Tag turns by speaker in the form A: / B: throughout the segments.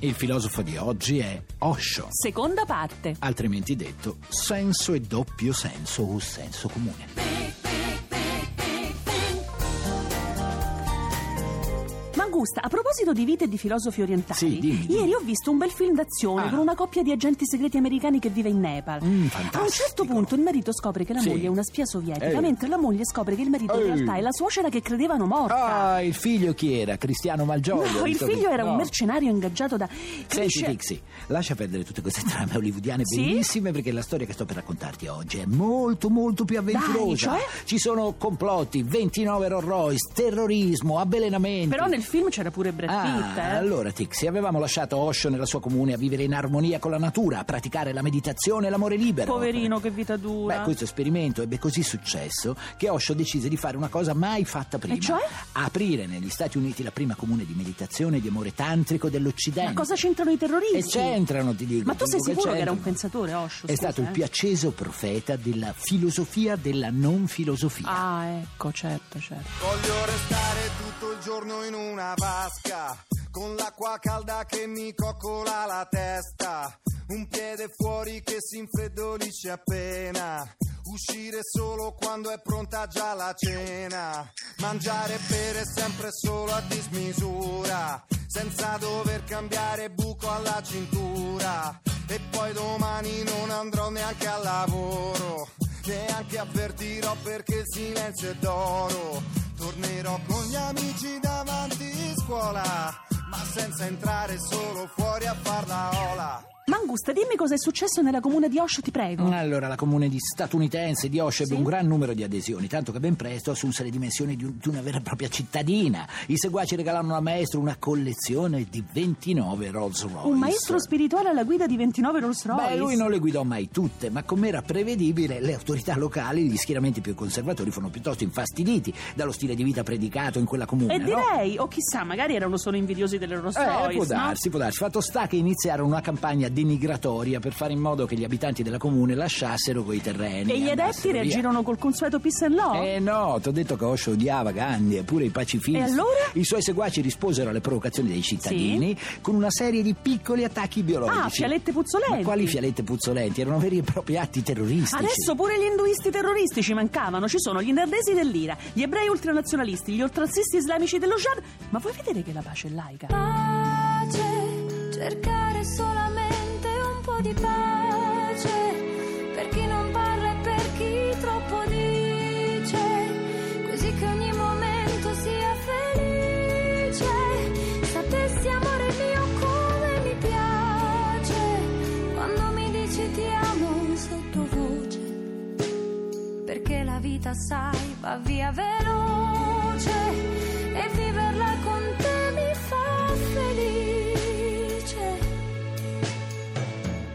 A: Il filosofo di oggi è Osho,
B: Seconda parte.
A: altrimenti detto senso e doppio senso o senso comune.
B: Mangusta, a proposito di vite e di filosofi orientali,
A: Sì, dimmi, dimmi.
B: ieri ho visto un bel film d'azione
A: Ah.
B: con una coppia di agenti segreti americani che vive in Nepal.
A: Mm,
B: A un certo
A: fantastico.
B: punto il marito scopre che la
A: Sì.
B: moglie è una spia sovietica,
A: Ehi.
B: mentre la moglie scopre che il marito in
A: Ehi.
B: realtà è la suocera che credevano morta.
A: Ah, il figlio chi era? Cristiano Malgioglio?
B: No, il
A: Ricordi-
B: figlio era un
A: No.
B: mercenario ingaggiato da... Cioè,
A: Senti,
B: Cresce-
A: Pixie, lascia perdere tutte queste trame hollywoodiane
B: Sì?
A: bellissime perché la storia che sto per raccontarti oggi è molto, molto più avventurosa.
B: Dai, cioè?
A: Ci sono complotti, 29 Rolls-Royce, terrorismo, avvelenamenti.
B: Però nel film c'era pure Brad Pitt,
A: Ah,
B: eh.
A: allora Tixi, avevamo lasciato Osho nella sua comune a vivere in armonia con la natura, a praticare la meditazione e l'amore
B: Eh,
A: libero.
B: Poverino, che vita dura.
A: Beh, questo esperimento ebbe così successo che Osho decise di fare una cosa mai fatta prima.
B: E cioè?
A: Aprire negli Stati Uniti la prima comune di meditazione e di amore tantrico dell'Occidente.
B: Ma cosa c'entrano i terroristi?
A: E c'entrano, ti dico.
B: Ma tu
A: ti
B: sei
A: dico
B: sicuro che era un
A: c'entrano.
B: pensatore, Osho?
A: È
B: scusa,
A: stato il
B: eh?
A: più acceso profeta della filosofia della non filosofia.
B: Ah, ecco, certo, certo.
C: Voglio restare tutto il giorno in una vasca, con l'acqua calda che mi coccola la testa, un piede fuori che si infreddolisce appena, uscire solo quando è pronta già la cena, mangiare e bere sempre solo a dismisura, senza dover cambiare buco alla cintura, e poi domani non andrò neanche al lavoro. Neanche avvertirò perché il silenzio è d'oro. Tornerò con gli amici davanti scuola, ma senza entrare solo fuori a far la ola.
B: Mangusta, dimmi cosa è successo nella comune di Osho, ti prego.
A: Mm, Allora, la comune di statunitense di Osho ebbe
B: Sì?
A: un gran numero di adesioni, tanto che ben presto assunse le dimensioni di, un- di una vera e propria cittadina. I seguaci regalarono al maestro una collezione di 29 Rolls Royce.
B: Un maestro spirituale alla guida di 29 Rolls Royce.
A: Beh, lui non le guidò mai tutte, ma come era prevedibile, le autorità locali, gli schieramenti più conservatori, furono piuttosto infastiditi dallo stile di vita predicato in quella comune.
B: E
A: no?
B: direi, o chissà, magari erano solo invidiosi delle Rolls Royce,
A: Eh, può
B: no?
A: darsi, può darsi. Fatto sta che iniziarono una campagna denigratoria per fare in modo che gli abitanti della comune lasciassero quei terreni.
B: E gli adepti
A: andassero via.
B: reagirono col consueto peace and love.
A: Eh no, ti ho detto che Osho odiava Gandhi e pure i pacifisti.
B: E allora?
A: I suoi seguaci risposero alle provocazioni dei cittadini con una serie di piccoli attacchi biologici.
B: Ah, fialette
A: Ma
B: puzzolenti.
A: quali fialette puzzolenti? Erano veri e propri atti terroristici.
B: Adesso pure gli induisti terroristi ci mancavano, ci sono gli irlandesi dell'Ira, gli ebrei ultranazionalisti, gli oltrassisti islamici dello Jihad, ma vuoi vedere che la pace è laica?
D: pace, cercare solamente un po' di pace, per chi non parla e per chi troppo dice, così che ogni momento sia felice, sapessi amore mio come mi piace, quando mi dici ti amo sottovoce, perché la vita sai va via veloce e viverla con te mi fa felice.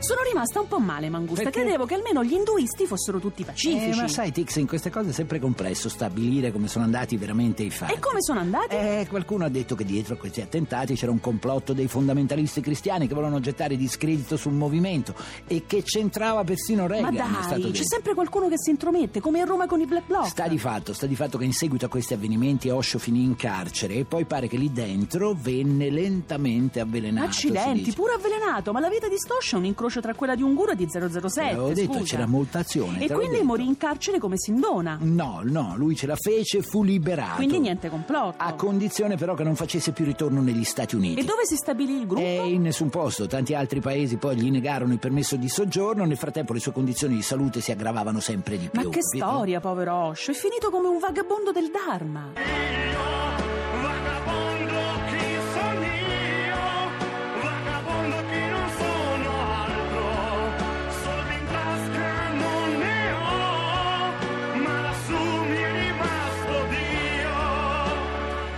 B: Sono rimasta un po' male, Mangusta.
A: Perché?
B: Credevo che almeno gli induisti fossero tutti pacifici.
A: Eh, ma sai, Tix, in queste cose è sempre complesso stabilire come sono andati veramente i fatti.
B: e come sono andati?
A: Eh, qualcuno ha detto che dietro a questi attentati c'era un complotto dei fondamentalisti cristiani che volevano gettare discredito sul movimento e che c'entrava persino
B: ma
A: Reagan. è stato
B: dai, boh. c'è
A: detto.
B: sempre qualcuno che si intromette, come a Roma con i Black Bloc.
A: Sta di fatto, sta di fatto che in seguito a questi avvenimenti Osho finì in carcere e poi pare che lì dentro venne lentamente avvelenato. si
B: Accidenti,
A: dice.
B: pure avvelenato, ma la vita di Stoscia è un incrocio tra quella di un guru e di 007.
A: Te l'avevo Eh, detto,
B: scusa.
A: c'era molta azione,
B: E
A: te l'ho
B: quindi
A: detto. Ah,
B: morì in carcere come Sindona.
A: No, no, lui ce la fece e fu liberato.
B: Quindi niente complotto.
A: A condizione però che non facesse più ritorno negli Stati Uniti.
B: e dove si stabilì il gruppo?
A: E in nessun posto, tanti altri paesi poi gli negarono il permesso di soggiorno, nel frattempo le sue condizioni di salute si aggravavano sempre di più.
B: Ma che
A: capito?
B: storia, povero Osho, è finito come un vagabondo del Dharma.
E: Vagabondo chi sono io, vagabondo chi non sono altro, soldi in tasca non ne ho, ma lassù mi è rimasto Dio.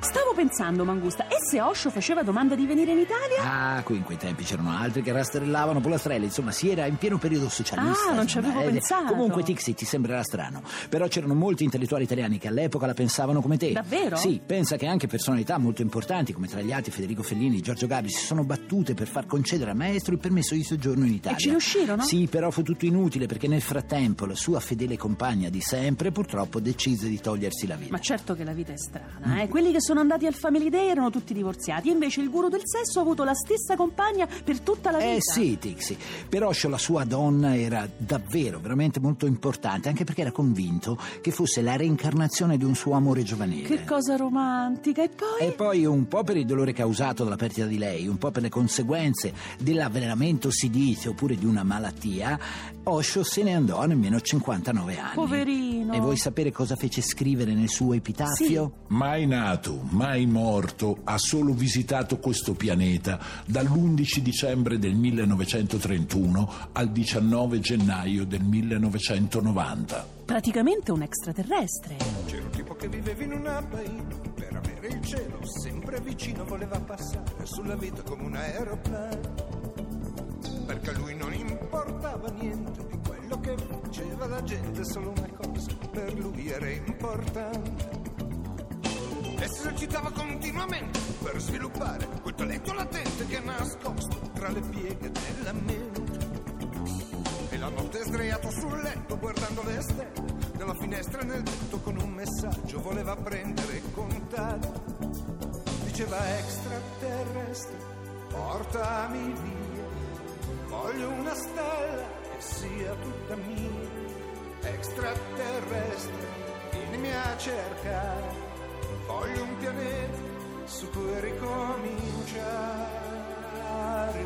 B: Stavo pensando, Mangusta, e se Osho faceva domanda di venire in Italia?
A: Ah, qui in quei tempi c'erano altri che rastrellavano Polastrelli, insomma si era in pieno periodo socialista.
B: Ah, non
A: insomma,
B: ci avevo
A: eh,
B: pensato.
A: Comunque Tixi ti sembrerà strano, però c'erano molti intellettuali italiani che all'epoca la pensavano come te.
B: Davvero?
A: Sì, pensa che anche personalità molto importanti come tra gli altri Federico Fellini e Giorgio Gabri si sono battute per far concedere a Maestro il permesso di soggiorno in Italia.
B: ci riuscirono?
A: Sì, però fu tutto inutile perché nel frattempo la sua fedele compagna di sempre purtroppo decise di togliersi la vita.
B: Ma certo che la vita è strana,
A: Mm.
B: eh. Quelli che sono andati al Family Day erano tutti divorziati, e invece il guru del sesso ha avuto la stessa compagna per tutta la vita.
A: Eh sì, Tixi, però Osho, la sua donna era davvero, veramente molto importante, anche perché era convinto che fosse la reincarnazione di un suo amore giovanile.
B: Che cosa romantica. E poi?
A: E poi un po' per il dolore causato dalla perdita di lei, un po' per le conseguenze dell'avvelenamento sidizio oppure di una malattia, Osho se ne andò a nemmeno 59 anni.
B: Poverino.
A: E vuoi sapere cosa fece scrivere nel suo epitafio?
F: Mai nato, mai morto, ha solo visitato questo pianeta dall'11 dicembre del 1931 al 19 gennaio del 1990.
B: Praticamente un extraterrestre.
G: C'era un tipo che viveva in un abbaino per avere il cielo sempre vicino. Voleva passare sulla vita come un aeroplano. Perché a lui non importava niente di quello che faceva la gente, solo una cosa per lui era importante. E si esercitava continuamente per sviluppare quel talento latente che è nascosto tra le pieghe della mente. E la notte è sdraiato sul letto guardando le stelle Dalla finestra nel tutto con un messaggio voleva prendere contatto Diceva extraterrestre, portami via Voglio una stella che sia tutta mia Extraterrestre, vieni a cercare Voglio un pianeta su cui ricominciare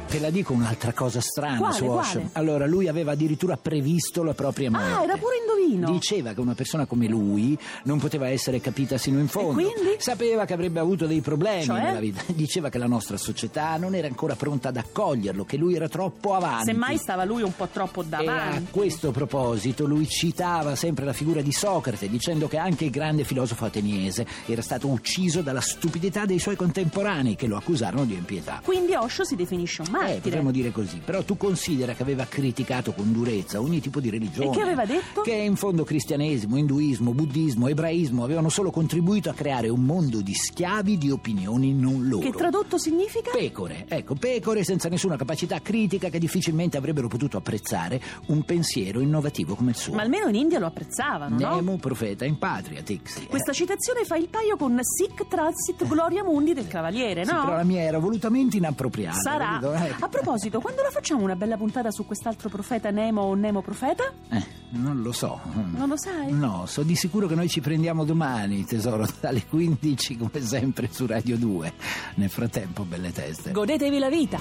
A: Te la dico un'altra cosa strana
B: Quale,
A: su
B: quale?
A: Osho. Allora, lui aveva addirittura previsto la propria morte.
B: Ah, era pure indovino.
A: Diceva che una persona come lui non poteva essere capita sino in fondo.
B: quindi?
A: Sapeva che avrebbe avuto dei problemi
B: Cioè?
A: nella vita. Diceva che la nostra società non era ancora pronta ad accoglierlo, che lui era troppo avanti.
B: Semmai stava lui un po' troppo
A: E a
B: davanti.
A: questo proposito lui citava sempre la figura di Socrate dicendo che anche il grande filosofo ateniese era stato ucciso dalla stupidità dei suoi contemporanei che lo accusarono di impietà.
B: Quindi Osho si definisce un
A: Eh,
B: martire.
A: potremmo dire così, però tu considera che aveva criticato con durezza ogni tipo di religione.
B: E che aveva detto?
A: Che in fondo cristianesimo, induismo, buddismo, ebraismo avevano solo contribuito a creare un mondo di schiavi di opinioni non loro.
B: Che tradotto significa?
A: Pecore, ecco, pecore senza nessuna capacità critica che difficilmente avrebbero potuto apprezzare un pensiero innovativo come il suo.
B: Ma almeno in India lo apprezzavano, no?
A: Nemo profeta in patria, Tixi. Eh.
B: Questa citazione fa il paio con Sic Transit Gloria Mundi del Cavaliere,
A: Sì, però la
B: Eh, no?
A: mia era volutamente inappropriata.
B: Sarà.
A: capito? Eh.
B: A proposito, quando la facciamo una bella puntata su quest'altro profeta Nemo o Nemo profeta?
A: Eh, non lo so.
B: Non lo sai?
A: No, so di sicuro che noi ci prendiamo domani, tesoro, dalle 15 come sempre su Radio 2. Nel frattempo, belle teste.
B: Godetevi la vita.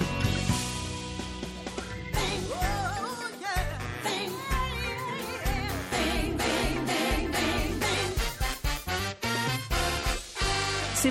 B: Se